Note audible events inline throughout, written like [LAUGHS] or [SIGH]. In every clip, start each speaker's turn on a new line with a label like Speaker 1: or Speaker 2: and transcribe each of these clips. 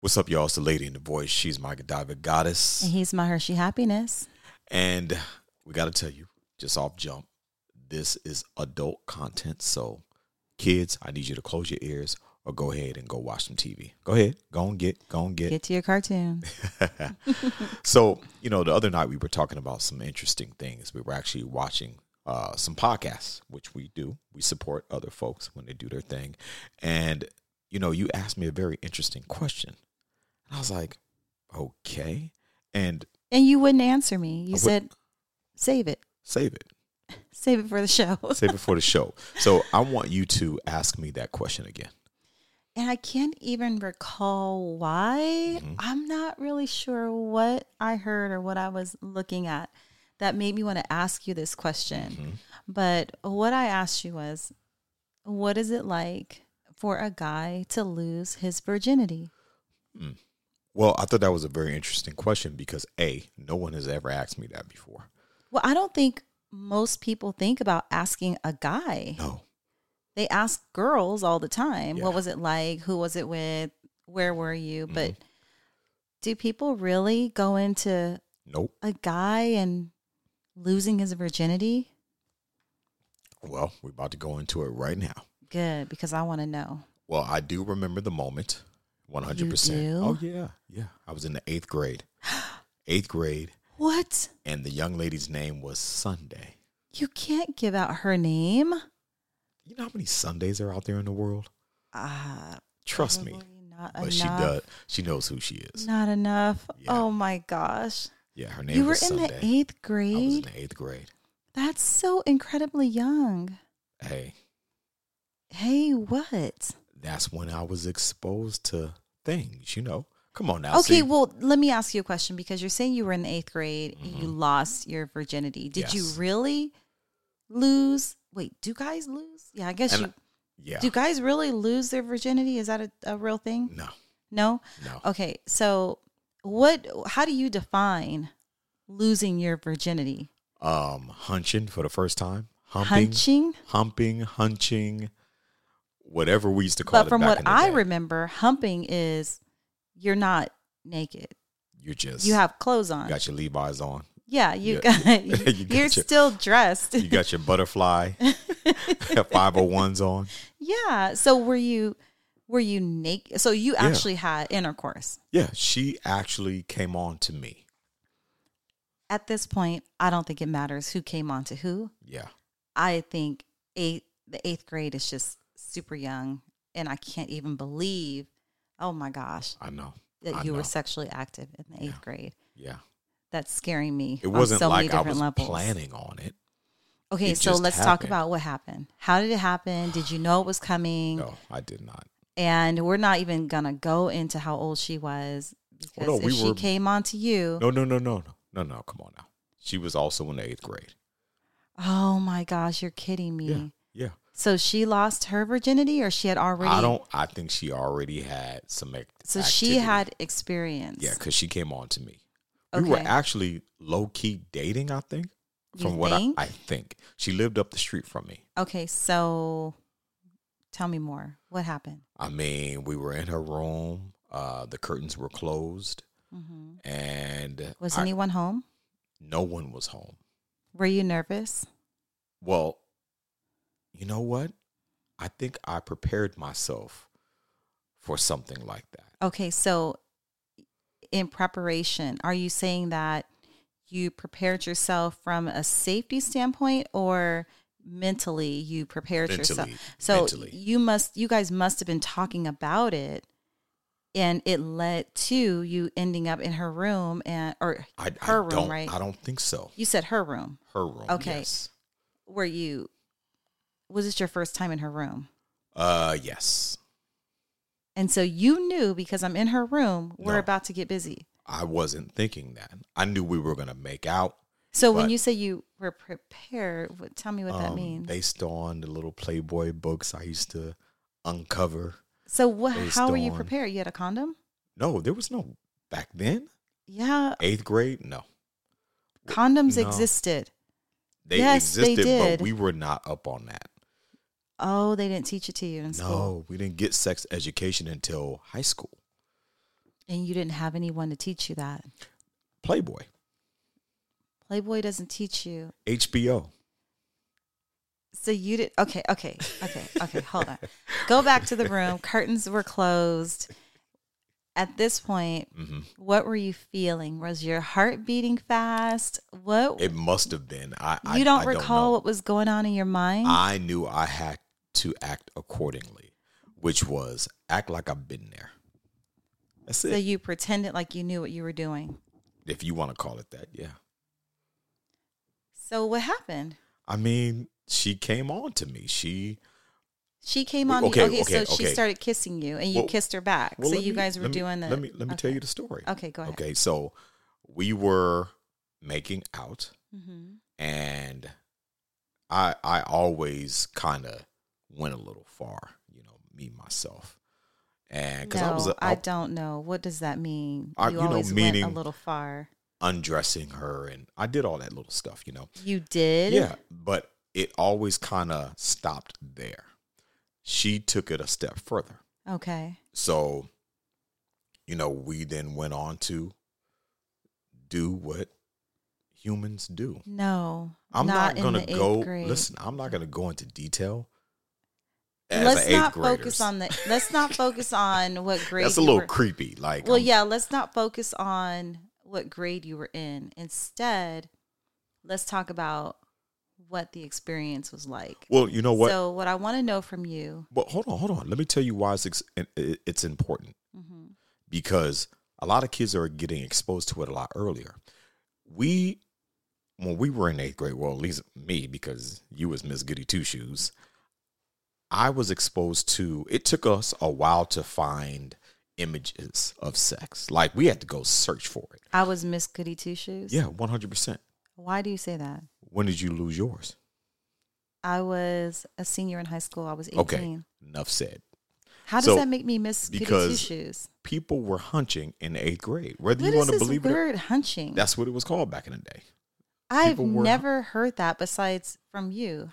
Speaker 1: What's up, y'all? It's the lady in the voice. She's my Godiva goddess.
Speaker 2: And he's my Hershey happiness.
Speaker 1: And we got to tell you, just off jump, this is adult content. So, kids, I need you to close your ears or go ahead and go watch some TV. Go ahead. Go and get, go and
Speaker 2: Get to your cartoon.
Speaker 1: so you know the other night we were talking about some interesting things we were actually watching uh, some podcasts which we do we support other folks when they do their thing and you know you asked me a very interesting question and i was like okay and
Speaker 2: And you wouldn't answer me. You
Speaker 1: would-
Speaker 2: said, save it.
Speaker 1: save it
Speaker 2: Save it for the show. [LAUGHS]
Speaker 1: save it for the show so i want you to ask me that question again
Speaker 2: And I can't even recall why. I'm not really sure what I heard or what I was looking at that made me want to ask you this question. But what I asked you was, what is it like for a guy to lose his virginity?
Speaker 1: well i thought that was a very interesting question because a no one has ever asked me that before
Speaker 2: Well, I don't think most people think about asking a guy.
Speaker 1: no
Speaker 2: they ask girls all the time
Speaker 1: Yeah. Mm-hmm.
Speaker 2: what was it like who was it with where were you but do people really go into
Speaker 1: nope
Speaker 2: a guy and losing his virginity
Speaker 1: well we're about to go into it right now
Speaker 2: good because i want to know
Speaker 1: Well, I do remember the moment, one hundred percent.
Speaker 2: do?
Speaker 1: Oh yeah, yeah. I was in the eighth
Speaker 2: [GASPS]
Speaker 1: grade, eighth grade,
Speaker 2: what
Speaker 1: and the young lady's name was Sunday.
Speaker 2: you can't give out her name
Speaker 1: You know how many Sundays are out there in the world?
Speaker 2: uh,
Speaker 1: Trust me,
Speaker 2: probably not
Speaker 1: but
Speaker 2: enough
Speaker 1: she does. She knows who she is.
Speaker 2: not enough
Speaker 1: Yeah.
Speaker 2: oh my gosh
Speaker 1: Yeah, her name.
Speaker 2: you were in
Speaker 1: was
Speaker 2: the
Speaker 1: Sunday.
Speaker 2: eighth
Speaker 1: I was in
Speaker 2: grade
Speaker 1: the eighth grade.
Speaker 2: that's so incredibly young
Speaker 1: Hey,
Speaker 2: hey what
Speaker 1: that's when I was exposed to things. You know, come on now.
Speaker 2: okay,
Speaker 1: see?
Speaker 2: well, let me ask you a question because you're saying you were in the eighth grade and you lost your virginity. Did you
Speaker 1: Mm-hmm. Yes.
Speaker 2: really lose? Wait, do guys lose? Yeah, I guess
Speaker 1: And-
Speaker 2: you.
Speaker 1: yeah.
Speaker 2: Do guys really lose their virginity? Is that a, a real thing?
Speaker 1: no,
Speaker 2: No.
Speaker 1: no.
Speaker 2: Okay, so what? How do you define losing your virginity? Oh.
Speaker 1: Um, hunching for the first time. Humping.
Speaker 2: Hunching.
Speaker 1: humping, hunching, whatever we used to call
Speaker 2: But
Speaker 1: it.
Speaker 2: from
Speaker 1: back
Speaker 2: what
Speaker 1: in the
Speaker 2: I
Speaker 1: day.
Speaker 2: remember, humping is you're not naked.
Speaker 1: you just
Speaker 2: You have clothes on.
Speaker 1: you got your Levi's
Speaker 2: [LAUGHS]
Speaker 1: on,
Speaker 2: Yeah, you
Speaker 1: Yeah.
Speaker 2: got.
Speaker 1: [LAUGHS] You got
Speaker 2: you're
Speaker 1: your-
Speaker 2: still dressed.
Speaker 1: you got your
Speaker 2: [LAUGHS]
Speaker 1: butterfly, five hundred ones on.
Speaker 2: Yeah. So were you were you naked? So you actually had intercourse.
Speaker 1: Yeah, she actually came on to me.
Speaker 2: At this point, I don't think it matters who came on to who.
Speaker 1: Yeah,
Speaker 2: I think eight the eighth grade is just super young, and I can't even believe, oh my gosh,
Speaker 1: I know.
Speaker 2: that
Speaker 1: I
Speaker 2: you
Speaker 1: know.
Speaker 2: were sexually active in the eighth grade.
Speaker 1: Yeah,
Speaker 2: That's scaring me.
Speaker 1: it
Speaker 2: on
Speaker 1: wasn't
Speaker 2: so many
Speaker 1: like I
Speaker 2: different
Speaker 1: was
Speaker 2: levels.
Speaker 1: planning on it.
Speaker 2: Okay,
Speaker 1: It
Speaker 2: so
Speaker 1: just
Speaker 2: let's talk
Speaker 1: happened.
Speaker 2: about what happened. How did it happen? Did you know it was coming?
Speaker 1: No, I did not.
Speaker 2: And we're not even gonna go into how old she was because
Speaker 1: no,
Speaker 2: if
Speaker 1: we
Speaker 2: she
Speaker 1: were-
Speaker 2: came on to you,
Speaker 1: No, no, no, no, no, no, no. Come on now. She was also in the eighth grade.
Speaker 2: Oh my gosh, you're kidding me.
Speaker 1: Yeah, yeah.
Speaker 2: So she lost her virginity or she had already
Speaker 1: I don't. I think she already had some. Act-
Speaker 2: So she
Speaker 1: activity.
Speaker 2: had experience.
Speaker 1: Yeah, because she came on to me. We were
Speaker 2: Okay.
Speaker 1: actually low key dating, I think.
Speaker 2: You
Speaker 1: From what I,
Speaker 2: think?
Speaker 1: I think. She lived up the street from me.
Speaker 2: Okay, so tell me more. What happened?
Speaker 1: I mean, we were in her room. Uh, the curtains were closed. And
Speaker 2: Mm-hmm. Was
Speaker 1: I-
Speaker 2: anyone home?
Speaker 1: no one was home.
Speaker 2: Were you nervous?
Speaker 1: Well, you know what? I think I prepared myself for something like that.
Speaker 2: Okay, so in preparation, are you saying that you prepared yourself from a safety standpoint or mentally you prepared yourself?
Speaker 1: Mentally,
Speaker 2: So
Speaker 1: mentally.
Speaker 2: you must you guys must have been talking about it and it led to you ending up in her room and or
Speaker 1: I, I
Speaker 2: her room,
Speaker 1: don't,
Speaker 2: right?
Speaker 1: I don't think so.
Speaker 2: you said her room.
Speaker 1: Her room.
Speaker 2: Okay.
Speaker 1: Yes.
Speaker 2: Were you was this your first time in her room?
Speaker 1: Uh, yes.
Speaker 2: And so you knew because I'm in her room, we're
Speaker 1: No.
Speaker 2: about to get busy.
Speaker 1: I wasn't thinking that. I knew we were going to make out.
Speaker 2: So when
Speaker 1: But-
Speaker 2: you say you were prepared, what, tell me what that
Speaker 1: um,
Speaker 2: means.
Speaker 1: Based on the little Playboy books I used to uncover.
Speaker 2: so what
Speaker 1: based
Speaker 2: how were you
Speaker 1: on-
Speaker 2: prepared? You had a condom?
Speaker 1: No, there was no back then.
Speaker 2: Yeah,
Speaker 1: Eighth grade, no.
Speaker 2: condoms
Speaker 1: no.
Speaker 2: existed.
Speaker 1: They
Speaker 2: Yes, they
Speaker 1: existed,
Speaker 2: did.
Speaker 1: but we were not up on that.
Speaker 2: Oh, they didn't teach it to you in school.
Speaker 1: No, we didn't get sex education until high school.
Speaker 2: And you didn't have anyone to teach you that.
Speaker 1: Playboy,
Speaker 2: Playboy doesn't teach you.
Speaker 1: HBO.
Speaker 2: So you did okay, okay, okay, okay,
Speaker 1: [LAUGHS]
Speaker 2: hold on. Go back to the room. Curtains were closed. At this point,
Speaker 1: hmm
Speaker 2: what were you feeling? Was your heart beating fast? What
Speaker 1: It must have been. I I-
Speaker 2: you don't
Speaker 1: I
Speaker 2: recall
Speaker 1: know.
Speaker 2: what was going on in your mind?
Speaker 1: I knew I had to act accordingly, which was act like I've been there. That's
Speaker 2: so
Speaker 1: it.
Speaker 2: you pretended like you knew what you were doing.
Speaker 1: if you want to call it that, yeah.
Speaker 2: So what happened?
Speaker 1: I mean, she came on to me. She
Speaker 2: She came
Speaker 1: Wait,
Speaker 2: on. to you.
Speaker 1: okay,
Speaker 2: okay, so
Speaker 1: okay,
Speaker 2: she
Speaker 1: okay.
Speaker 2: started kissing you, and you
Speaker 1: Well-
Speaker 2: kissed her back.
Speaker 1: well,
Speaker 2: so
Speaker 1: let
Speaker 2: you
Speaker 1: me-
Speaker 2: guys were
Speaker 1: let me-
Speaker 2: doing the.
Speaker 1: Let me let me tell
Speaker 2: okay.
Speaker 1: you the story.
Speaker 2: Okay, go ahead.
Speaker 1: Okay, so we were making out,
Speaker 2: hmm
Speaker 1: and I I always kind of went a little far, you know, me myself, and because
Speaker 2: no,
Speaker 1: I was a,
Speaker 2: I don't know. What does that mean?
Speaker 1: I-
Speaker 2: you,
Speaker 1: you know,
Speaker 2: always went
Speaker 1: meaning-
Speaker 2: a little far.
Speaker 1: undressing her, and I did all that little stuff, you know.
Speaker 2: You did.
Speaker 1: Yeah, but it always kind of stopped there. She took it a step further.
Speaker 2: Okay.
Speaker 1: So, you know, we then went on to do what humans do.
Speaker 2: No.
Speaker 1: I'm not,
Speaker 2: in
Speaker 1: going
Speaker 2: the
Speaker 1: to
Speaker 2: eighth
Speaker 1: go,
Speaker 2: grade.
Speaker 1: listen, I'm not going to go into detail. As
Speaker 2: Let's
Speaker 1: a eighth
Speaker 2: not
Speaker 1: graders.
Speaker 2: focus on the. Let's not focus on what
Speaker 1: [LAUGHS]
Speaker 2: grade.
Speaker 1: That's a
Speaker 2: you
Speaker 1: little
Speaker 2: were-
Speaker 1: creepy. Like, um,
Speaker 2: Well,
Speaker 1: I'm-
Speaker 2: yeah. Let's not focus on what grade you were in. Instead, let's talk about what the experience was like.
Speaker 1: Well, you know what?
Speaker 2: So, what I want to know from you
Speaker 1: well, hold on, hold on. Let me tell you why it's, ex- it- it- it's important.
Speaker 2: Mhm.
Speaker 1: because a lot of kids are getting exposed to it a lot earlier. We, when we were in eighth grade, well, at least me, because you was Miss Goody Two Shoes, I was exposed to. It took us a while to find images of sex. Like we had to go search for it.
Speaker 2: I was Miss Goody Two Shoes.
Speaker 1: Yeah, one hundred percent.
Speaker 2: Why do you say that?
Speaker 1: When did you lose yours?
Speaker 2: I was a senior in high school. I was 18.
Speaker 1: Okay, enough said.
Speaker 2: How does
Speaker 1: So,
Speaker 2: that make me Miss Goody Two
Speaker 1: because
Speaker 2: Shoes?
Speaker 1: People were hunching in eighth grade, whether you
Speaker 2: What is
Speaker 1: want to
Speaker 2: this
Speaker 1: believe it. Or,
Speaker 2: word hunching?
Speaker 1: that's what it was called back in the day.
Speaker 2: I've
Speaker 1: people were-
Speaker 2: never heard that besides from you.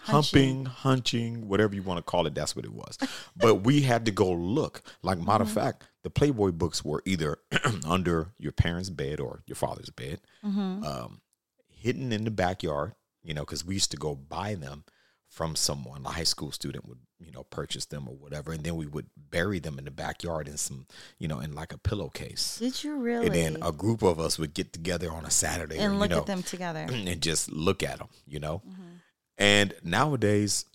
Speaker 1: humping,
Speaker 2: Hunching.
Speaker 1: hunching, whatever you want to call it, that's what it was. but we had to go look. Like matter
Speaker 2: Mm-hmm.
Speaker 1: of fact, the Playboy books were either [CLEARS THROAT] under your parents' bed or your father's bed,
Speaker 2: Mm-hmm.
Speaker 1: um, hidden in the backyard. You know, because we used to go buy them from someone. A high school student would, you know, purchase them or whatever, and then we would bury them in the backyard in some, you know, in like a pillowcase.
Speaker 2: Did you really?
Speaker 1: And then a group of us would get together on a Saturday
Speaker 2: And
Speaker 1: you
Speaker 2: look
Speaker 1: know,
Speaker 2: at them together.
Speaker 1: [CLEARS THROAT] and just look at them, you know.
Speaker 2: Mm-hmm.
Speaker 1: And nowadays,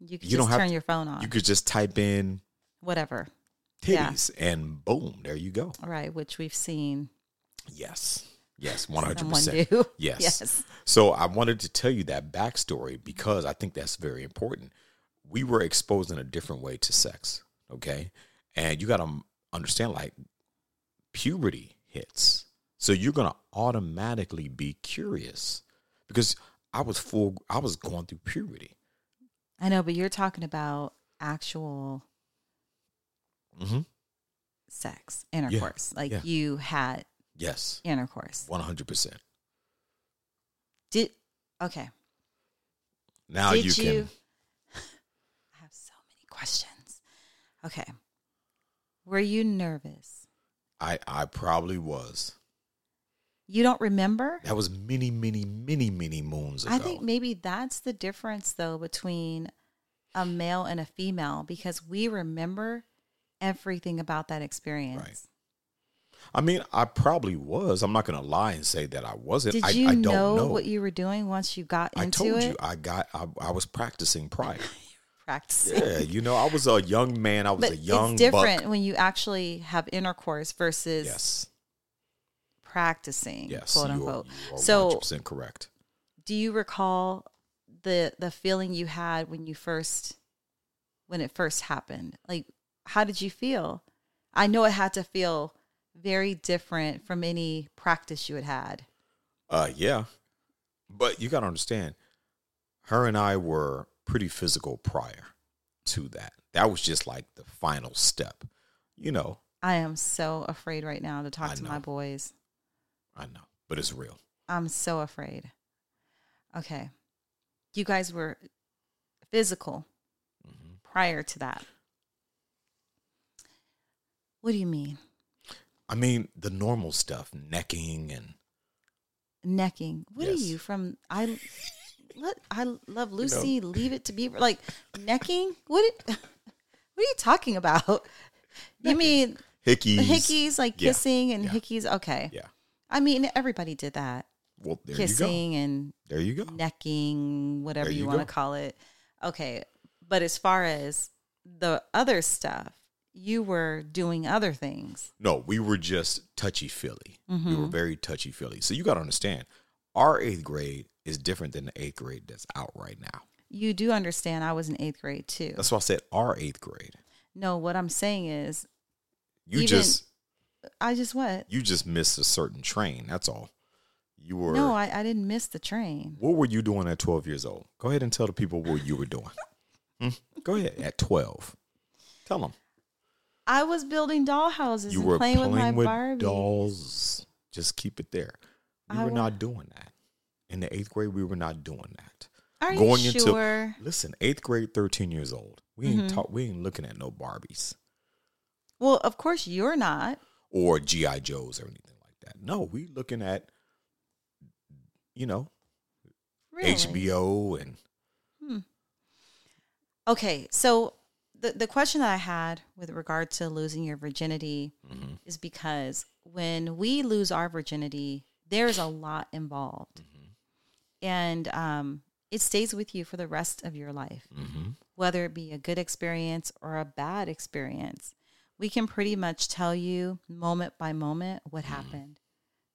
Speaker 2: You can
Speaker 1: you don't
Speaker 2: just
Speaker 1: have
Speaker 2: turn
Speaker 1: to-
Speaker 2: your phone on.
Speaker 1: you could just type in
Speaker 2: Whatever. Yeah.
Speaker 1: titties and boom, there you go.
Speaker 2: Right. Which we've seen
Speaker 1: Yes, yes, one hundred
Speaker 2: someone
Speaker 1: percent.
Speaker 2: do. [LAUGHS]
Speaker 1: Yes.
Speaker 2: yes.
Speaker 1: So I wanted to tell you that backstory because I think that's very important. We were exposed in a different way to sex, okay? And you got to understand, like puberty hits, so you're gonna automatically be curious because I was full. I was going through puberty.
Speaker 2: I know, but you're talking about actual
Speaker 1: Mm-hmm.
Speaker 2: sex intercourse like
Speaker 1: yeah.
Speaker 2: you had
Speaker 1: Yes,
Speaker 2: intercourse
Speaker 1: one hundred percent.
Speaker 2: did okay
Speaker 1: Now
Speaker 2: did
Speaker 1: you can.
Speaker 2: i have so many questions okay were you nervous
Speaker 1: I I probably was.
Speaker 2: you don't remember
Speaker 1: That was many, many, many, many moons ago.
Speaker 2: i think maybe that's the difference though between a male and a female because we remember everything about that experience
Speaker 1: I mean, I probably was. I'm not going to lie and say that I wasn't.
Speaker 2: did
Speaker 1: I,
Speaker 2: you
Speaker 1: I don't know.
Speaker 2: what you were doing once you got
Speaker 1: I
Speaker 2: into
Speaker 1: told
Speaker 2: it
Speaker 1: you I got. I, I was practicing
Speaker 2: [LAUGHS]
Speaker 1: prior.
Speaker 2: practicing
Speaker 1: yeah, you know, I was a young man. I was
Speaker 2: but
Speaker 1: a young
Speaker 2: it's different
Speaker 1: buck.
Speaker 2: when you actually have intercourse versus
Speaker 1: Yes,
Speaker 2: practicing,
Speaker 1: yes.
Speaker 2: quote
Speaker 1: you are-
Speaker 2: unquote.
Speaker 1: you are
Speaker 2: so,
Speaker 1: 100% correct.
Speaker 2: do you recall the the feeling you had when you first when it first happened? Like, how did you feel? I know it had to feel very different from any practice you had had.
Speaker 1: Uh, yeah, but you got to understand, her and I were pretty physical prior to that. That was just like the final step. You know,
Speaker 2: I am so afraid right now to
Speaker 1: I
Speaker 2: talk to
Speaker 1: know.
Speaker 2: my boys.
Speaker 1: I know, but it's real.
Speaker 2: I'm so afraid. Okay. You guys were physical
Speaker 1: Mm-hmm.
Speaker 2: prior to that. What do you mean?
Speaker 1: I mean, the normal stuff, necking and
Speaker 2: necking. What
Speaker 1: Yes.
Speaker 2: are you from? I let I love Lucy. Leave it to Beaver. Like necking. What? it- [LAUGHS] what are you talking about? You mean
Speaker 1: hickeys.
Speaker 2: hickeys, like
Speaker 1: yeah,
Speaker 2: kissing and
Speaker 1: yeah.
Speaker 2: hickeys? Okay.
Speaker 1: Yeah.
Speaker 2: I mean, everybody did that.
Speaker 1: Well, there you go.
Speaker 2: kissing and
Speaker 1: There you go.
Speaker 2: necking, whatever
Speaker 1: There
Speaker 2: you,
Speaker 1: you
Speaker 2: want to
Speaker 1: go.
Speaker 2: call it. Okay. But as far as the other stuff, you were doing other things.
Speaker 1: No, we were just touchy feely. We
Speaker 2: Mm-hmm.
Speaker 1: were very touchy feely. So you got to understand, our eighth grade is different than the eighth grade that's out right now.
Speaker 2: You do understand I was in eighth grade too.
Speaker 1: That's why I said our eighth grade.
Speaker 2: no, what I'm saying is
Speaker 1: You
Speaker 2: Even-
Speaker 1: just
Speaker 2: I just what?
Speaker 1: you just missed a certain train. That's all. You were.
Speaker 2: No, I, I didn't miss the train.
Speaker 1: what were you doing at twelve years old? Go ahead and tell the people what you were doing. Hmm? Go ahead at twelve. Tell them
Speaker 2: I was building dollhouses
Speaker 1: you
Speaker 2: and
Speaker 1: were
Speaker 2: playing, with my Barbie.
Speaker 1: dolls. Just keep it there. We
Speaker 2: I
Speaker 1: were
Speaker 2: wa-
Speaker 1: not doing that in the eighth grade. We were not doing that.
Speaker 2: Are you
Speaker 1: going into-
Speaker 2: sure? Mm-hmm.
Speaker 1: Listen, eighth grade, thirteen years old. We ain't talk, we ain't looking at no Barbies
Speaker 2: Well, of course you're not.
Speaker 1: or GI Joes or anything like that. No, we looking at you know
Speaker 2: Really.
Speaker 1: HBO and
Speaker 2: Okay, so the the question that I had with regard to losing your virginity is because when we lose our virginity, there is a lot involved, and um, it stays with you for the rest of your life, whether it be a good experience or a bad experience. We can pretty much tell you moment by moment what happened,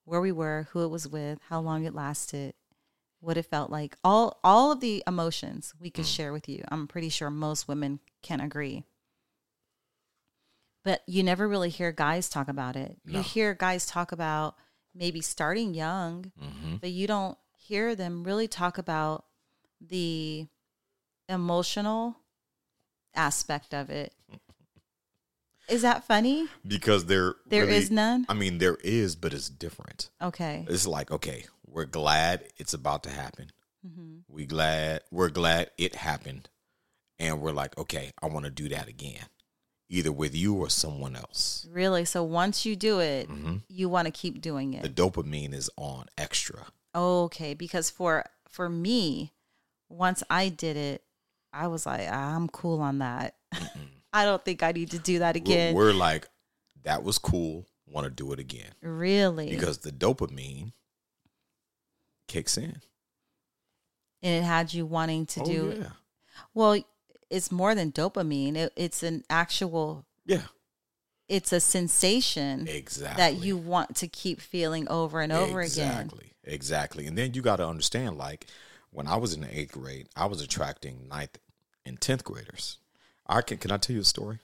Speaker 2: where we were, who it was with, how long it lasted, what it felt like all all of the emotions we could share with you i'm pretty sure most women can agree but you never really hear guys talk about it
Speaker 1: No.
Speaker 2: you hear guys talk about maybe starting young
Speaker 1: Mm-hmm.
Speaker 2: but you don't hear them really talk about the emotional aspect of it is that funny
Speaker 1: because there
Speaker 2: There
Speaker 1: there
Speaker 2: is
Speaker 1: is
Speaker 2: none?
Speaker 1: I mean, there is, but it's different.
Speaker 2: okay
Speaker 1: It's like okay, we're glad it's about to happen.
Speaker 2: Mm-hmm.
Speaker 1: We glad we're glad it happened, and we're like okay, I want to do that again, either with you or someone else.
Speaker 2: really so once you do it
Speaker 1: Mm-hmm.
Speaker 2: you want to keep doing it
Speaker 1: The dopamine is on extra.
Speaker 2: Okay, because for for me, once I did it, I was like, "Ah, I'm cool on that. [LAUGHS] I don't think I need to do that
Speaker 1: We're-
Speaker 2: again.
Speaker 1: We're, like, that was cool. Want to do it again
Speaker 2: really?
Speaker 1: because the dopamine kicks in.
Speaker 2: and it had you wanting to
Speaker 1: oh,
Speaker 2: do
Speaker 1: yeah,
Speaker 2: well. It's more than dopamine. It, it's an actual.
Speaker 1: yeah,
Speaker 2: It's a sensation
Speaker 1: exactly.
Speaker 2: that you want to keep feeling over and over again.
Speaker 1: exactly, exactly. And then you got to understand, like, when I was in the eighth grade, I was attracting ninth and tenth graders. I can can I tell you a story?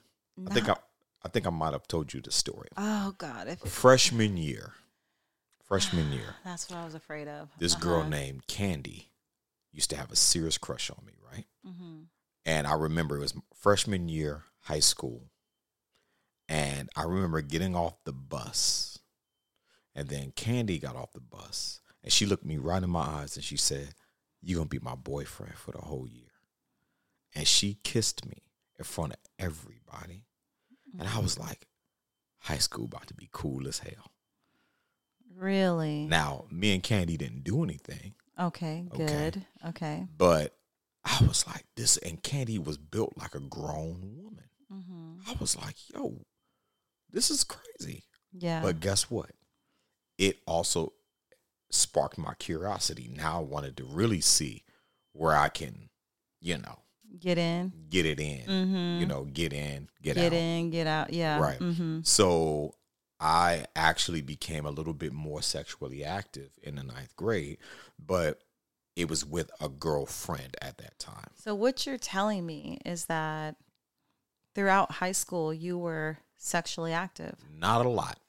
Speaker 1: I think I I think I might have told you the story.
Speaker 2: Oh God, if
Speaker 1: Freshman year, freshman year.
Speaker 2: [SIGHS] that's what I was afraid of. [SIGHS] Uh-huh.
Speaker 1: this girl named Candy used to have a serious crush on me, right?
Speaker 2: Mm-hmm.
Speaker 1: And I remember it was freshman year high school. And I remember getting off the bus. And then Candy got off the bus. And she looked me right in my eyes and she said, You're going to be my boyfriend for the whole year. And she kissed me in front of everybody. And I was like, High school about to be cool as hell.
Speaker 2: Really?
Speaker 1: Now, me and Candy didn't do anything.
Speaker 2: okay.
Speaker 1: Okay.
Speaker 2: Good. Okay.
Speaker 1: But I was like, this, and Candy was built like a grown woman.
Speaker 2: Mm-hmm.
Speaker 1: I was like, yo, this is crazy.
Speaker 2: Yeah.
Speaker 1: But guess what? It also sparked my curiosity. Now I wanted to really see where I can, you know,
Speaker 2: Get in.
Speaker 1: get it in,
Speaker 2: Mm-hmm.
Speaker 1: you know, get in, get,
Speaker 2: get
Speaker 1: out.
Speaker 2: in, get out. Yeah.
Speaker 1: Right.
Speaker 2: hmm
Speaker 1: So I actually became a little bit more sexually active in the ninth grade, but it was with a girlfriend at that time.
Speaker 2: So what you're telling me is that throughout high school you were sexually active.
Speaker 1: Not a lot.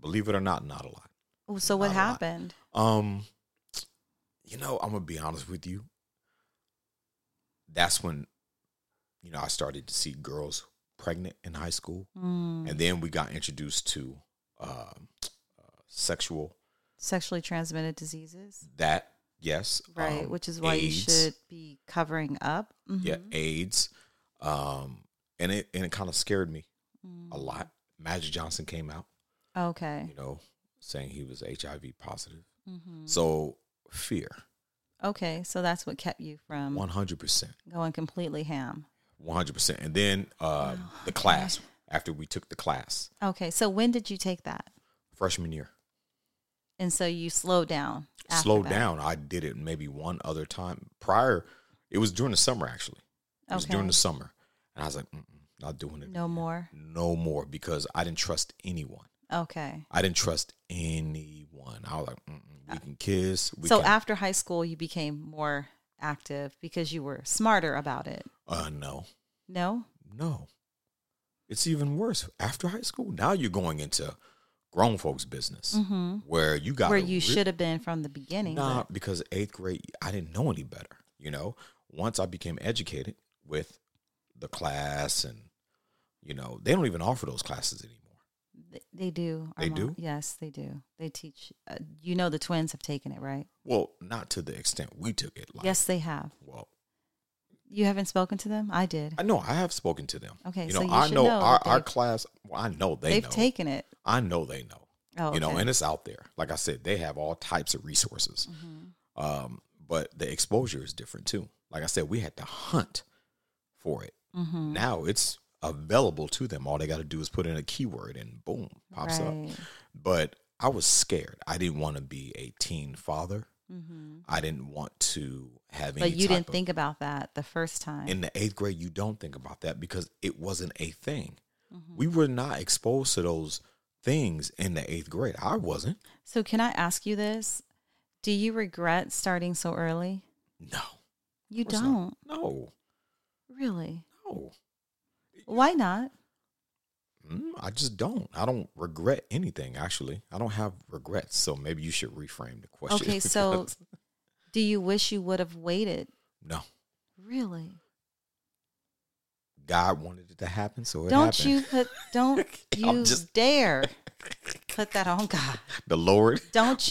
Speaker 1: Believe it or not, not a lot.
Speaker 2: Oh, So what
Speaker 1: Not a lot.
Speaker 2: happened?
Speaker 1: Um, you know, I'm gonna be honest with you. That's when, you know, I started to see girls pregnant in high school,
Speaker 2: Mm,
Speaker 1: and then we got introduced to um uh, sexual
Speaker 2: sexually transmitted diseases,
Speaker 1: that. Yes,
Speaker 2: right?
Speaker 1: um,
Speaker 2: Which is why you
Speaker 1: AIDS.
Speaker 2: should be covering up. Mhm.
Speaker 1: Yeah, AIDS. Um, and it and it kind of scared me a lot. Magic Johnson came out.
Speaker 2: Mm-hmm. Okay.
Speaker 1: you know, saying he was HIV positive.
Speaker 2: hmm
Speaker 1: So fear,
Speaker 2: Okay. So that's what kept you from
Speaker 1: one hundred percent,
Speaker 2: going completely ham.
Speaker 1: one hundred percent. And then uh,
Speaker 2: Wow,
Speaker 1: the
Speaker 2: okay.
Speaker 1: class after we took the class
Speaker 2: Okay. So when did you take that?
Speaker 1: freshman year,
Speaker 2: And so you slowed down. after
Speaker 1: slowed
Speaker 2: that.
Speaker 1: down. I did it maybe one other time prior. It was during the summer actually. It was
Speaker 2: Okay.
Speaker 1: during the summer, and I was like, Mm-mm, not doing it.
Speaker 2: No
Speaker 1: again.
Speaker 2: more.
Speaker 1: No more because I didn't trust anyone.
Speaker 2: Okay.
Speaker 1: I didn't trust anyone. I was like, Mm-mm, we can kiss. We
Speaker 2: Uh, so
Speaker 1: can,
Speaker 2: after high school, you became more active because you were smarter about it.
Speaker 1: uh, no,
Speaker 2: No?
Speaker 1: No. It's even worse. After high school, now you're going into grown folks' business
Speaker 2: Mm-hmm.
Speaker 1: where you got
Speaker 2: Where you should have been from the beginning.
Speaker 1: Nah,
Speaker 2: but-
Speaker 1: because eighth grade, I didn't know any better. You know, once I became educated with the class, and you know, they don't even offer those classes anymore.
Speaker 2: Th- They do.
Speaker 1: They do?
Speaker 2: Armand. Yes, they do. They teach. Uh, you know, the twins have taken it, right?
Speaker 1: Well, not to the extent we took it. Like,
Speaker 2: yes, they have.
Speaker 1: Well,
Speaker 2: You haven't spoken to them. I did.
Speaker 1: I know I have spoken to them.
Speaker 2: Okay,
Speaker 1: You know,
Speaker 2: so you
Speaker 1: I
Speaker 2: should
Speaker 1: know,
Speaker 2: know
Speaker 1: our,
Speaker 2: that
Speaker 1: our
Speaker 2: they've-
Speaker 1: class. Well, I know they
Speaker 2: They've
Speaker 1: know.
Speaker 2: taken it.
Speaker 1: I know they know.
Speaker 2: Oh,
Speaker 1: you know,
Speaker 2: okay.
Speaker 1: and it's out there. Like I said, they have all types of resources.
Speaker 2: Mhm.
Speaker 1: Um, but the exposure is different too. Like I said, we had to hunt for it.
Speaker 2: Mhm.
Speaker 1: Now it's available to them. All they got to do is put in a keyword and boom, pops up.
Speaker 2: Right.
Speaker 1: But I was scared. I didn't want to be a teen father.
Speaker 2: Mhm.
Speaker 1: I didn't want to have any.
Speaker 2: But you
Speaker 1: type
Speaker 2: didn't
Speaker 1: of-
Speaker 2: think about that the first time.
Speaker 1: in the eighth grade. You don't think about that because it wasn't a thing.
Speaker 2: Mm-hmm.
Speaker 1: We were not exposed to those things in the eighth grade. I wasn't.
Speaker 2: so, can I ask you this? Do you regret starting so early?
Speaker 1: No,
Speaker 2: You
Speaker 1: Of course
Speaker 2: don't.
Speaker 1: not. No,
Speaker 2: Really?
Speaker 1: no.
Speaker 2: Why not?
Speaker 1: Mm, I just don't. I don't regret anything, actually. I don't have regrets. So maybe you should reframe the question. [LAUGHS]
Speaker 2: Okay, so-
Speaker 1: because-
Speaker 2: Do you wish you would have waited?
Speaker 1: no,
Speaker 2: Really?
Speaker 1: God wanted it to happen. So it
Speaker 2: don't
Speaker 1: happened.
Speaker 2: you put don't
Speaker 1: [LAUGHS] I'm
Speaker 2: you
Speaker 1: just-
Speaker 2: dare put that on God.
Speaker 1: The Lord,
Speaker 2: Don't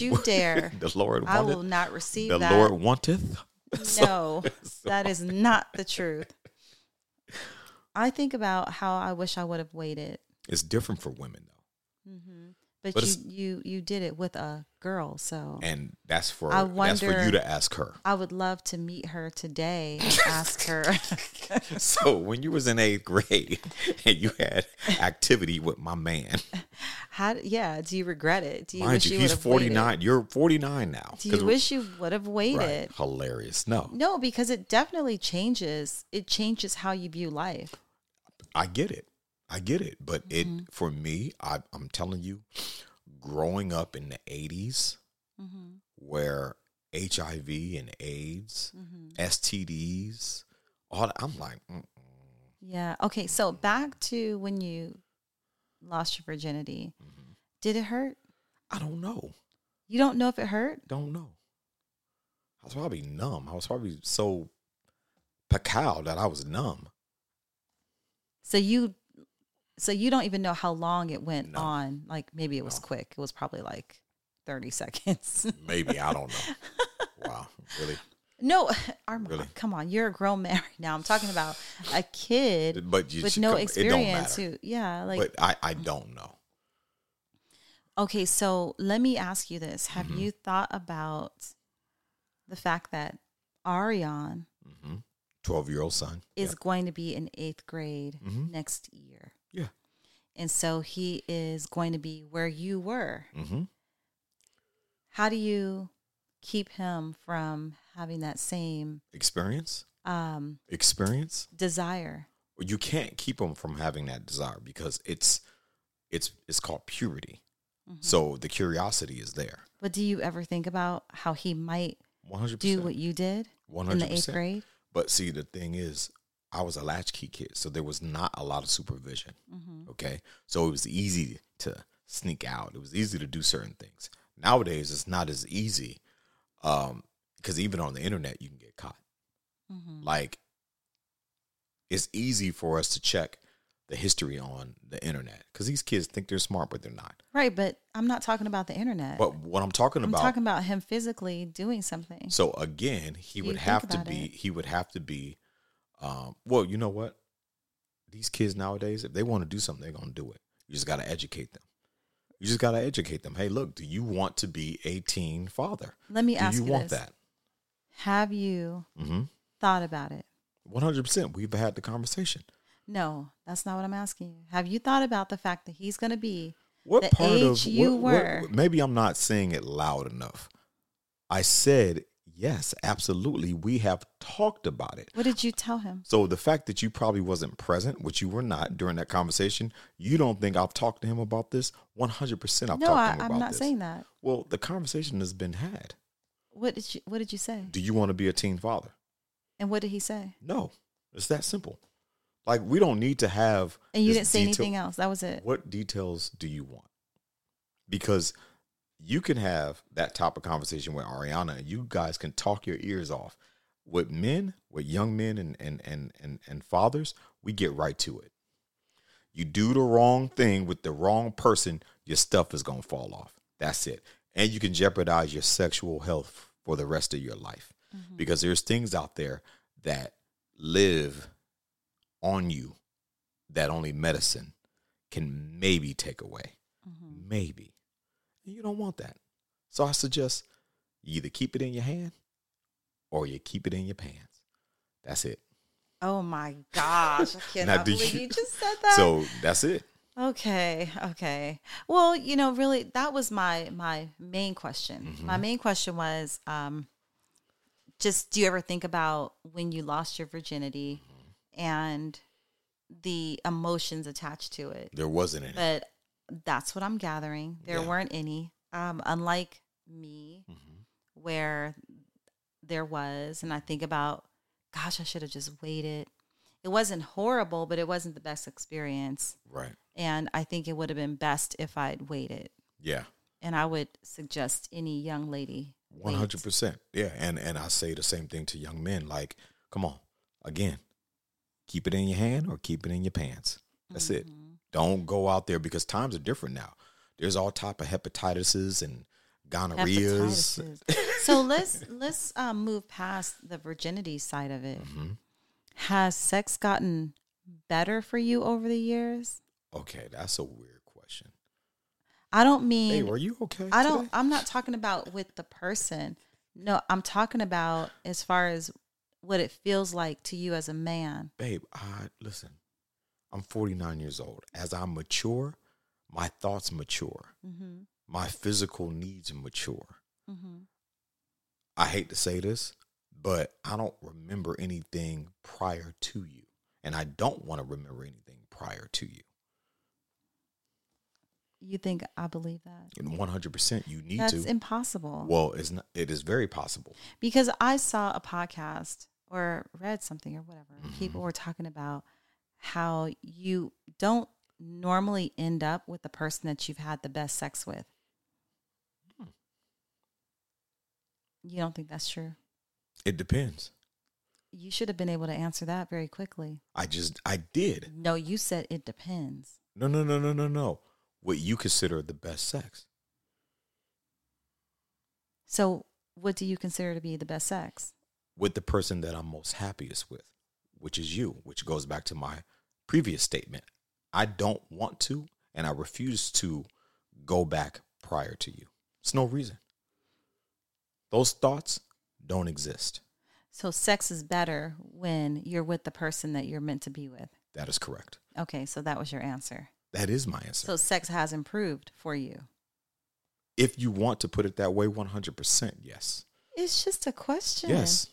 Speaker 1: [LAUGHS]
Speaker 2: you dare.
Speaker 1: the Lord
Speaker 2: I
Speaker 1: wanted,
Speaker 2: will not receive
Speaker 1: the
Speaker 2: that.
Speaker 1: Lord wanteth.
Speaker 2: no,
Speaker 1: [LAUGHS]
Speaker 2: that is not the truth. I think about how I wish I would have waited,
Speaker 1: It's different for women, though.
Speaker 2: hmm but,
Speaker 1: But
Speaker 2: you,
Speaker 1: it's-
Speaker 2: you you did it with a girl, so
Speaker 1: And that's for,
Speaker 2: I
Speaker 1: that's for
Speaker 2: wonder-
Speaker 1: you to ask her. [LAUGHS]
Speaker 2: I would love to meet her today and ask her. [LAUGHS]
Speaker 1: So when you was in eighth grade [LAUGHS] and you had activity with my man,
Speaker 2: How? d- Yeah. Do you regret it? Do you
Speaker 1: mind
Speaker 2: wish
Speaker 1: you,
Speaker 2: you
Speaker 1: he's
Speaker 2: would've
Speaker 1: forty
Speaker 2: waited?
Speaker 1: nine. You're forty nine now.
Speaker 2: Do
Speaker 1: 'Cause we're-
Speaker 2: you wish you would have waited?
Speaker 1: right, hilarious? No,
Speaker 2: No, because it definitely changes. It changes how you view life.
Speaker 1: I get it. I get it. But
Speaker 2: Mm-hmm.
Speaker 1: it for me, I, I'm telling you, growing up in the 80s
Speaker 2: Mm-hmm.
Speaker 1: where HIV and AIDS,
Speaker 2: Mm-hmm.
Speaker 1: STDs, all that, I'm like, mm,
Speaker 2: Yeah. Okay. So back to when you lost your virginity.
Speaker 1: Mm-hmm.
Speaker 2: Did it hurt?
Speaker 1: I don't know.
Speaker 2: You don't know if it hurt.
Speaker 1: Don't know. I was probably numb. I was probably so pacow that I was numb.
Speaker 2: So you, so you don't even know how long it went
Speaker 1: No.
Speaker 2: on. Like maybe it was
Speaker 1: No.
Speaker 2: quick. It was probably like thirty [LAUGHS] seconds.
Speaker 1: Maybe. I don't
Speaker 2: [LAUGHS]
Speaker 1: know. Wow. Really?
Speaker 2: no, [LAUGHS] Armand,
Speaker 1: Really?
Speaker 2: come on. You're a grown man [LAUGHS] right now. I'm talking about a kid
Speaker 1: But you
Speaker 2: with
Speaker 1: should
Speaker 2: no
Speaker 1: come-
Speaker 2: experience
Speaker 1: It don't matter.
Speaker 2: who yeah like Mm.
Speaker 1: but I, I don't know.
Speaker 2: okay so let me ask you this have
Speaker 1: Mhm.
Speaker 2: you thought about the fact that arion
Speaker 1: 12 year old son.
Speaker 2: is
Speaker 1: Yeah.
Speaker 2: going to be in eighth grade
Speaker 1: Mhm.
Speaker 2: next year
Speaker 1: Yeah.
Speaker 2: and so he is going to be where you were
Speaker 1: Mm-hmm.
Speaker 2: how do you keep him from having that same
Speaker 1: Experience,
Speaker 2: um,
Speaker 1: experience.
Speaker 2: desire
Speaker 1: You can't keep them from having that desire because it's it's it's called purity.
Speaker 2: Mm-hmm.
Speaker 1: So the curiosity is there.
Speaker 2: but do you ever think about how he might
Speaker 1: One hundred
Speaker 2: do what
Speaker 1: percent.
Speaker 2: you did
Speaker 1: One
Speaker 2: in
Speaker 1: hundred
Speaker 2: the eighth
Speaker 1: percent.
Speaker 2: grade
Speaker 1: But see, the thing is, I was a latchkey kid, so there was not a lot of supervision.
Speaker 2: Mm-hmm.
Speaker 1: Okay, so it was easy to sneak out. It was easy to do certain things. Nowadays, it's not as easy because even on the internet, you can get caught.
Speaker 2: mm-hmm.
Speaker 1: like it's easy for us to check the history on the internet because these kids think they're smart but they're not
Speaker 2: right but i'm not talking about the internet
Speaker 1: but what i'm talking
Speaker 2: I'm
Speaker 1: about
Speaker 2: talking about him physically doing something.
Speaker 1: so again he
Speaker 2: You
Speaker 1: would
Speaker 2: think
Speaker 1: have to
Speaker 2: about
Speaker 1: be
Speaker 2: it.
Speaker 1: he would have to be um, well you know what these kids nowadays if they want to do something they're going to do it you just got to educate them You just got to educate them. Hey, look, do you want to be a teen father?
Speaker 2: Let me
Speaker 1: Do
Speaker 2: ask
Speaker 1: you
Speaker 2: you,
Speaker 1: want
Speaker 2: this.
Speaker 1: that?
Speaker 2: Have you
Speaker 1: Mm-hmm.
Speaker 2: thought about it?
Speaker 1: 100%. We've had the conversation.
Speaker 2: No, that's not what I'm asking you. Have you thought about the fact that he's going to be
Speaker 1: What
Speaker 2: the
Speaker 1: part of
Speaker 2: age you
Speaker 1: what- what-
Speaker 2: were?
Speaker 1: maybe I'm not saying it loud enough. I said, yes, absolutely. We have talked about it.
Speaker 2: What did you tell him?
Speaker 1: So the fact that you probably wasn't present, which you were not during that conversation, you don't think I've talked to him about this? 100% I've
Speaker 2: no,
Speaker 1: talked
Speaker 2: I,
Speaker 1: to him about
Speaker 2: I'm not
Speaker 1: this.
Speaker 2: saying that.
Speaker 1: Well, the conversation has been had.
Speaker 2: What did you What did you say?
Speaker 1: Do you want to be a teen father?
Speaker 2: And what did he say?
Speaker 1: No, it's that simple. Like we don't need to have.
Speaker 2: And you
Speaker 1: this
Speaker 2: didn't say
Speaker 1: detail-
Speaker 2: anything else. That was it.
Speaker 1: What details do you want? Because you can have that type of conversation with Ariana, and you guys can talk your ears off. With men, with young men, and and and and, and fathers, we get right to it. You do the wrong thing with the wrong person, your stuff is gonna fall off. That's it. And you can jeopardize your sexual health for the rest of your life. Because there's things out there that live on you that only medicine can maybe take away.
Speaker 2: Mm-hmm.
Speaker 1: Maybe. And you don't want that. So I suggest you either keep it in your hand or you keep it in your pants. That's it.
Speaker 2: Oh my gosh! I
Speaker 1: Now,
Speaker 2: cannot
Speaker 1: do
Speaker 2: believe
Speaker 1: you-
Speaker 2: you, just said
Speaker 1: [LAUGHS]
Speaker 2: that.
Speaker 1: So that's it.
Speaker 2: Okay, okay. Well, you know, really, that was my my main question.
Speaker 1: Mm-hmm.
Speaker 2: My main question was, um, just do you ever think about when you lost your virginity
Speaker 1: Mm-hmm.
Speaker 2: and the emotions attached to it?
Speaker 1: There wasn't any.
Speaker 2: But that's what I'm gathering. There
Speaker 1: Yeah. Mm-hmm.
Speaker 2: weren't any, um, unlike me, where there was, and I think about, gosh, I should have just waited. It wasn't horrible, but it wasn't the best experience
Speaker 1: Right.
Speaker 2: and I think it would have been best if I'd waited.
Speaker 1: Yeah.
Speaker 2: And I would suggest any young lady
Speaker 1: One hundred percent. Yeah, and and I say the same thing to young men. Like, come on, again, keep it in your hand or keep it in your pants. That's it.
Speaker 2: Mm-hmm.
Speaker 1: Don't go out there because times are different now. There's all type of hepatitises and gonorrheas.
Speaker 2: hepatitis.
Speaker 1: [LAUGHS]
Speaker 2: so let's let's um, move past the virginity side of
Speaker 1: Mm-hmm.
Speaker 2: it. Has sex gotten better for you over the years?
Speaker 1: Okay, that's a weird question.
Speaker 2: I don't
Speaker 1: Hey,
Speaker 2: mean
Speaker 1: were you okay?
Speaker 2: I don't.
Speaker 1: today?
Speaker 2: I'm not talking about with the person. No, I'm talking about as far as what it feels like to you as a man.
Speaker 1: babe. I listen. I'm 49 years old. As I mature, my thoughts mature.
Speaker 2: Mm-hmm.
Speaker 1: My physical needs mature.
Speaker 2: Mm-hmm.
Speaker 1: I hate to say this, but I don't remember anything prior to you. And I don't want to remember anything prior to you.
Speaker 2: You think I believe that?
Speaker 1: And 100% you need
Speaker 2: That's
Speaker 1: to.
Speaker 2: impossible.
Speaker 1: well, it's not, it is very possible.
Speaker 2: because I saw a podcast or read something or whatever. People were talking about how you don't normally end up with the person that you've had the best sex with. You don't think that's true?
Speaker 1: It depends.
Speaker 2: You should have been able to answer that very quickly.
Speaker 1: I just I did.
Speaker 2: No, you said it depends.
Speaker 1: No, no, no, no, no, no. What you consider the best sex.
Speaker 2: So, what do you consider to be the best sex?
Speaker 1: with the person that I'm most happiest with, which is you, which goes back to my previous statement. I don't want to and I refuse to go back prior to you. It's no reason. Those thoughts don't exist.
Speaker 2: So, sex is better when you're with the person that you're meant to be with.
Speaker 1: That is correct.
Speaker 2: Okay, so that was your answer.
Speaker 1: That is my answer.
Speaker 2: So sex has improved for you.
Speaker 1: if you want to put it that way, 100%, yes.
Speaker 2: It's just a question.
Speaker 1: Yes.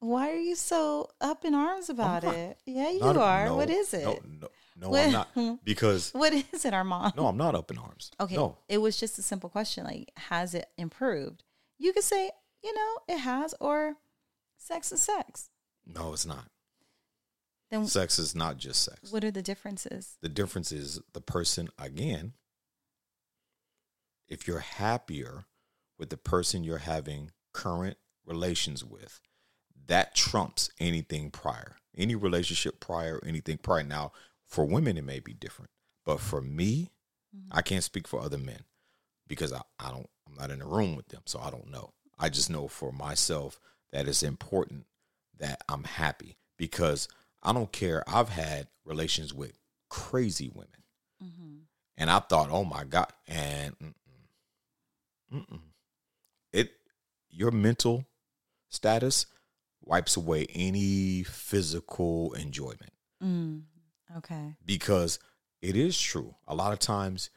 Speaker 2: Why are you so up in arms about
Speaker 1: not.
Speaker 2: it? Yeah, you
Speaker 1: Not-
Speaker 2: are.
Speaker 1: no,
Speaker 2: what is it?
Speaker 1: No, no, no
Speaker 2: What-
Speaker 1: I'm
Speaker 2: [LAUGHS]
Speaker 1: not. Because,
Speaker 2: What is it, Armand?
Speaker 1: no, I'm not up in arms.
Speaker 2: Okay.
Speaker 1: No.
Speaker 2: It was just a simple question. Like, has it improved? You could say, you know, it has, or sex is sex.
Speaker 1: No, it's not.
Speaker 2: Then
Speaker 1: Sex is not just sex.
Speaker 2: what are the differences?
Speaker 1: The difference is the person again. If you're happier with the person you're having current relations with, that trumps anything prior. Any relationship prior, anything prior. Now, for women, it may be different, but for me, I can't speak for other men because I, I don't I'm not in the room with them, so I don't know. I just know for myself that it's important that I'm happy
Speaker 2: Mm-hmm.
Speaker 1: because I don't care. I've had relations with crazy women. And I thought, oh my God. And mm-mm, mm-mm. it, your mental status wipes away any physical enjoyment
Speaker 2: Mm, okay.
Speaker 1: because it is true. A lot of times,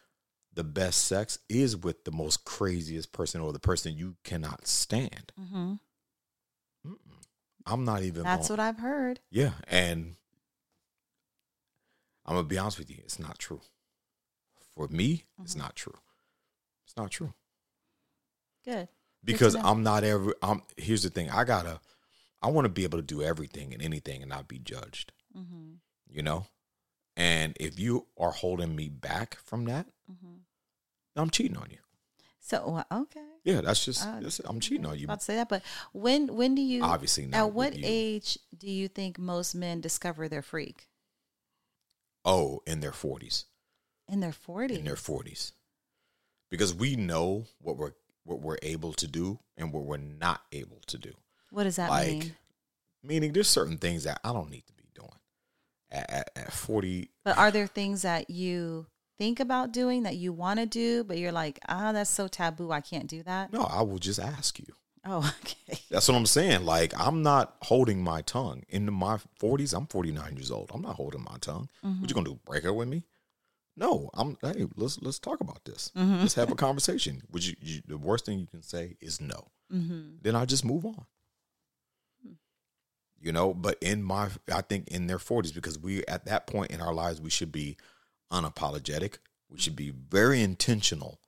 Speaker 1: the best sex is with the most craziest person or the person you cannot stand.
Speaker 2: Mm-hmm.
Speaker 1: I'm not even.
Speaker 2: That's
Speaker 1: gonna-
Speaker 2: what I've heard.
Speaker 1: Yeah, and I'm gonna be honest with you, it's not true. For me, it's
Speaker 2: Mm-hmm.
Speaker 1: not true. It's not true
Speaker 2: Good. Good to
Speaker 1: because
Speaker 2: know.
Speaker 1: I'm not ever. I'm here's the thing. I gotta. I want to be able to do everything and anything and not be judged.
Speaker 2: Mm-hmm.
Speaker 1: You know, and if you are holding me back from that,
Speaker 2: Mhm.
Speaker 1: I'm cheating on you.
Speaker 2: So well, okay.
Speaker 1: Yeah, that's just
Speaker 2: Uh,
Speaker 1: that's it. I'm cheating on you.
Speaker 2: About to say that, but when when do you
Speaker 1: Obviously not.
Speaker 2: at
Speaker 1: with
Speaker 2: what
Speaker 1: you.
Speaker 2: age do you think most men discover their freak?
Speaker 1: Oh, in their 40s.
Speaker 2: In their forties.
Speaker 1: in their forties, because we know what we're what we're able to do and what we're not able to do.
Speaker 2: what does that
Speaker 1: like,
Speaker 2: mean?
Speaker 1: meaning there's certain things that I don't need to be doing at, at, at forty.
Speaker 2: But are there things that you think about doing that you want to do, but you're like, ah, that's so taboo. I can't do that.
Speaker 1: No, I will just ask you.
Speaker 2: Oh, [LAUGHS] okay.
Speaker 1: That's what I'm saying. Like I'm not holding my tongue in my forties. I'm 49 years old. I'm not holding my tongue. What you gonna do? Break up with me? No. I'm. Hey, let's let's talk about this. Let's have a conversation. Which you, you, the worst thing you can say is no.
Speaker 2: Mm-hmm.
Speaker 1: then I just move on. You know, but in my, I think in their 40s, because we at that point in our lives, we should be unapologetic. We should be very intentional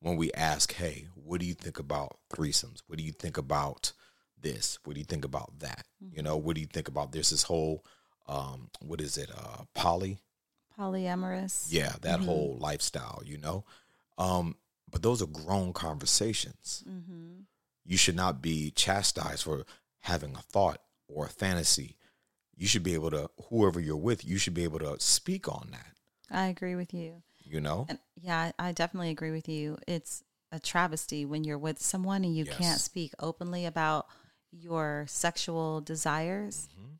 Speaker 1: when we ask, hey, what do you think about threesomes? What do you think about this? What do you think about that? You know, what do you think about there's this whole, um, what is it, uh, poly?
Speaker 2: Polyamorous.
Speaker 1: Yeah, that whole lifestyle, you know? Um, but those are grown conversations
Speaker 2: Mm-hmm.
Speaker 1: you should not be chastised for having a thought or a fantasy. You should be able to, whoever you're with, you should be able to speak on that,
Speaker 2: I agree with you.
Speaker 1: you know?
Speaker 2: And yeah, I I definitely agree with you. It's a travesty when you're with someone and you can't
Speaker 1: Yes.
Speaker 2: speak openly about your sexual desires.
Speaker 1: Mm-hmm.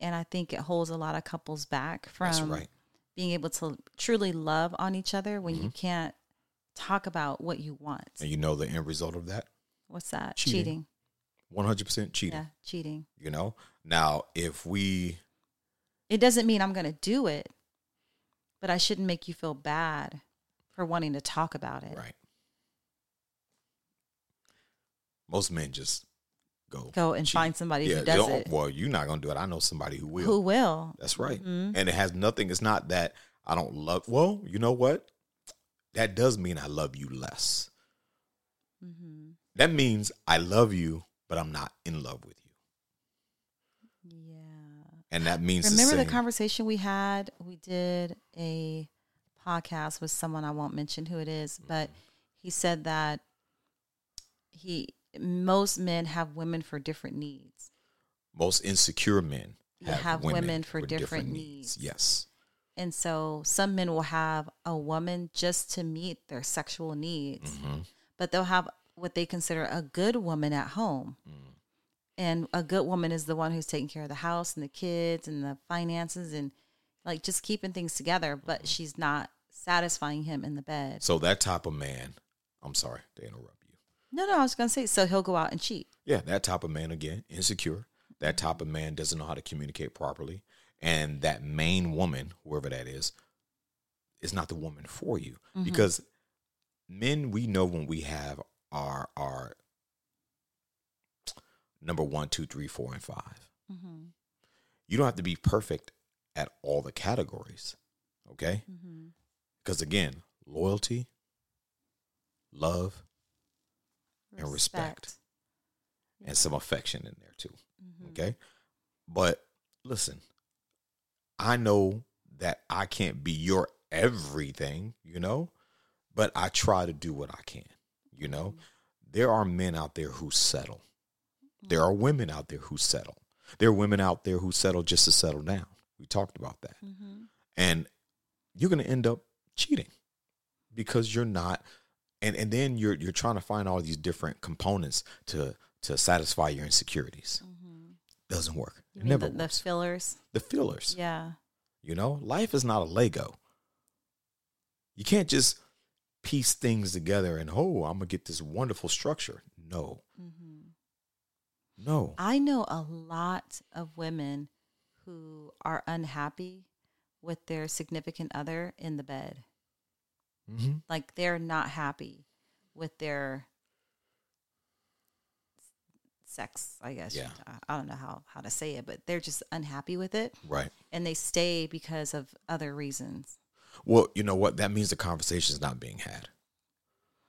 Speaker 2: And I think it holds a lot of couples back from
Speaker 1: That's right.
Speaker 2: being able to truly love on each other when you can't talk about what you want.
Speaker 1: Mm-hmm. And you know the end result of that?
Speaker 2: What's that?
Speaker 1: Cheating.
Speaker 2: Cheating.
Speaker 1: 100% cheating,
Speaker 2: Yeah, cheating.
Speaker 1: you know? Now, if we,
Speaker 2: It doesn't mean I'm going to do it, but I shouldn't make you feel bad for wanting to talk about it.
Speaker 1: right. Most men just go.
Speaker 2: Go and
Speaker 1: cheat.
Speaker 2: find somebody
Speaker 1: yeah,
Speaker 2: who does
Speaker 1: don't-
Speaker 2: it.
Speaker 1: Well, you're not going to do it. I know somebody who will.
Speaker 2: Who will?
Speaker 1: That's right.
Speaker 2: Mhm.
Speaker 1: And it has nothing. It's not that I don't love. Well, you know what? That does mean I love you less.
Speaker 2: Mm-hmm.
Speaker 1: That means I love you, but I'm not in love with you.
Speaker 2: Yeah.
Speaker 1: And that means
Speaker 2: Remember
Speaker 1: the,
Speaker 2: the
Speaker 1: same.
Speaker 2: conversation we had? We did a podcast with someone I won't mention who it is, but he said that he most men have women for different needs.
Speaker 1: most insecure men
Speaker 2: You
Speaker 1: have,
Speaker 2: have
Speaker 1: women,
Speaker 2: women for
Speaker 1: with
Speaker 2: different needs.
Speaker 1: Yes.
Speaker 2: And so some men will have a woman just to meet their sexual needs,
Speaker 1: Mm-hmm.
Speaker 2: but they'll have what they consider a good woman at home.
Speaker 1: Mm.
Speaker 2: And a good woman is the one who's taking care of the house and the kids and the finances and like just keeping things together, but
Speaker 1: Mm-hmm.
Speaker 2: she's not satisfying him in the bed.
Speaker 1: So that type of man, I'm sorry to interrupt you.
Speaker 2: No, no, I was going to say, so he'll go out and cheat.
Speaker 1: Yeah, that type of man again, insecure. That type of man doesn't know how to communicate properly. And that main woman, whoever that is, is not the woman for you.
Speaker 2: Mm-hmm.
Speaker 1: Because men we know when we have our our number one, two, three, four, and five.
Speaker 2: Mm-hmm.
Speaker 1: you don't have to be perfect at all the categories. Okay?
Speaker 2: Mm-hmm.
Speaker 1: Because again, loyalty, love, And respect. and some affection in there too. Okay? But listen, I know that I can't be your everything, you know, but I try to do what I can, you know?
Speaker 2: Mm-hmm.
Speaker 1: There are men out there who settle. There are women out there who settle. There are women out there who settle just to settle down. We talked about that.
Speaker 2: Mm-hmm.
Speaker 1: and you're going to end up cheating because you're not and and then you're you're trying to find all these different components to to satisfy your insecurities
Speaker 2: Mm-hmm.
Speaker 1: doesn't work
Speaker 2: You
Speaker 1: it
Speaker 2: mean
Speaker 1: never
Speaker 2: the, the
Speaker 1: works
Speaker 2: fillers?
Speaker 1: the fillers
Speaker 2: Yeah.
Speaker 1: you know life is not a lego You can't just piece things together and, oh, I'm going to get this wonderful structure. No. No.
Speaker 2: I know a lot of women who are unhappy with their significant other in the bed.
Speaker 1: Mm-hmm.
Speaker 2: Like they're not happy with their sex, I guess.
Speaker 1: Yeah.
Speaker 2: I- I don't know how, how to say it, but they're just unhappy with it
Speaker 1: Right.
Speaker 2: and they stay because of other reasons.
Speaker 1: Well, you know what? That means the conversation is not being had.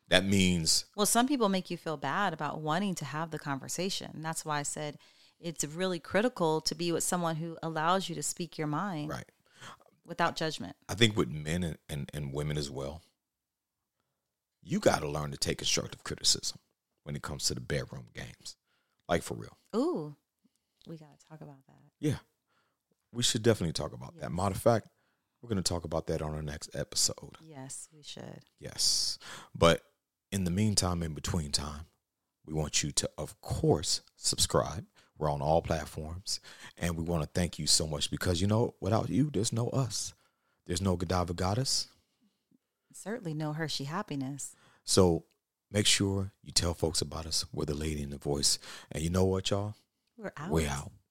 Speaker 1: That means,
Speaker 2: Well, some people make you feel bad about wanting to have the conversation. That's why I said it's really critical to be with someone who allows you to speak your mind
Speaker 1: right.
Speaker 2: without judgment.
Speaker 1: I think with men and, and, and women as well, you got to learn to take constructive criticism when it comes to the bedroom games. Like for real.
Speaker 2: Ooh, we got to talk about that.
Speaker 1: Yeah. We should definitely talk about that. Matter of fact, we're going to talk about that on our next episode.
Speaker 2: Yes, we should.
Speaker 1: Yes. But in the meantime, in between time, we want you to, of course, subscribe. We're on all platforms. And we want to thank you so much because, you know, without you, there's no us. There's no Godiva Goddess.
Speaker 2: Certainly no Hershey happiness.
Speaker 1: So make sure you tell folks about us. We're the lady in the voice. And you know what, y'all?
Speaker 2: We're out.
Speaker 1: We're out.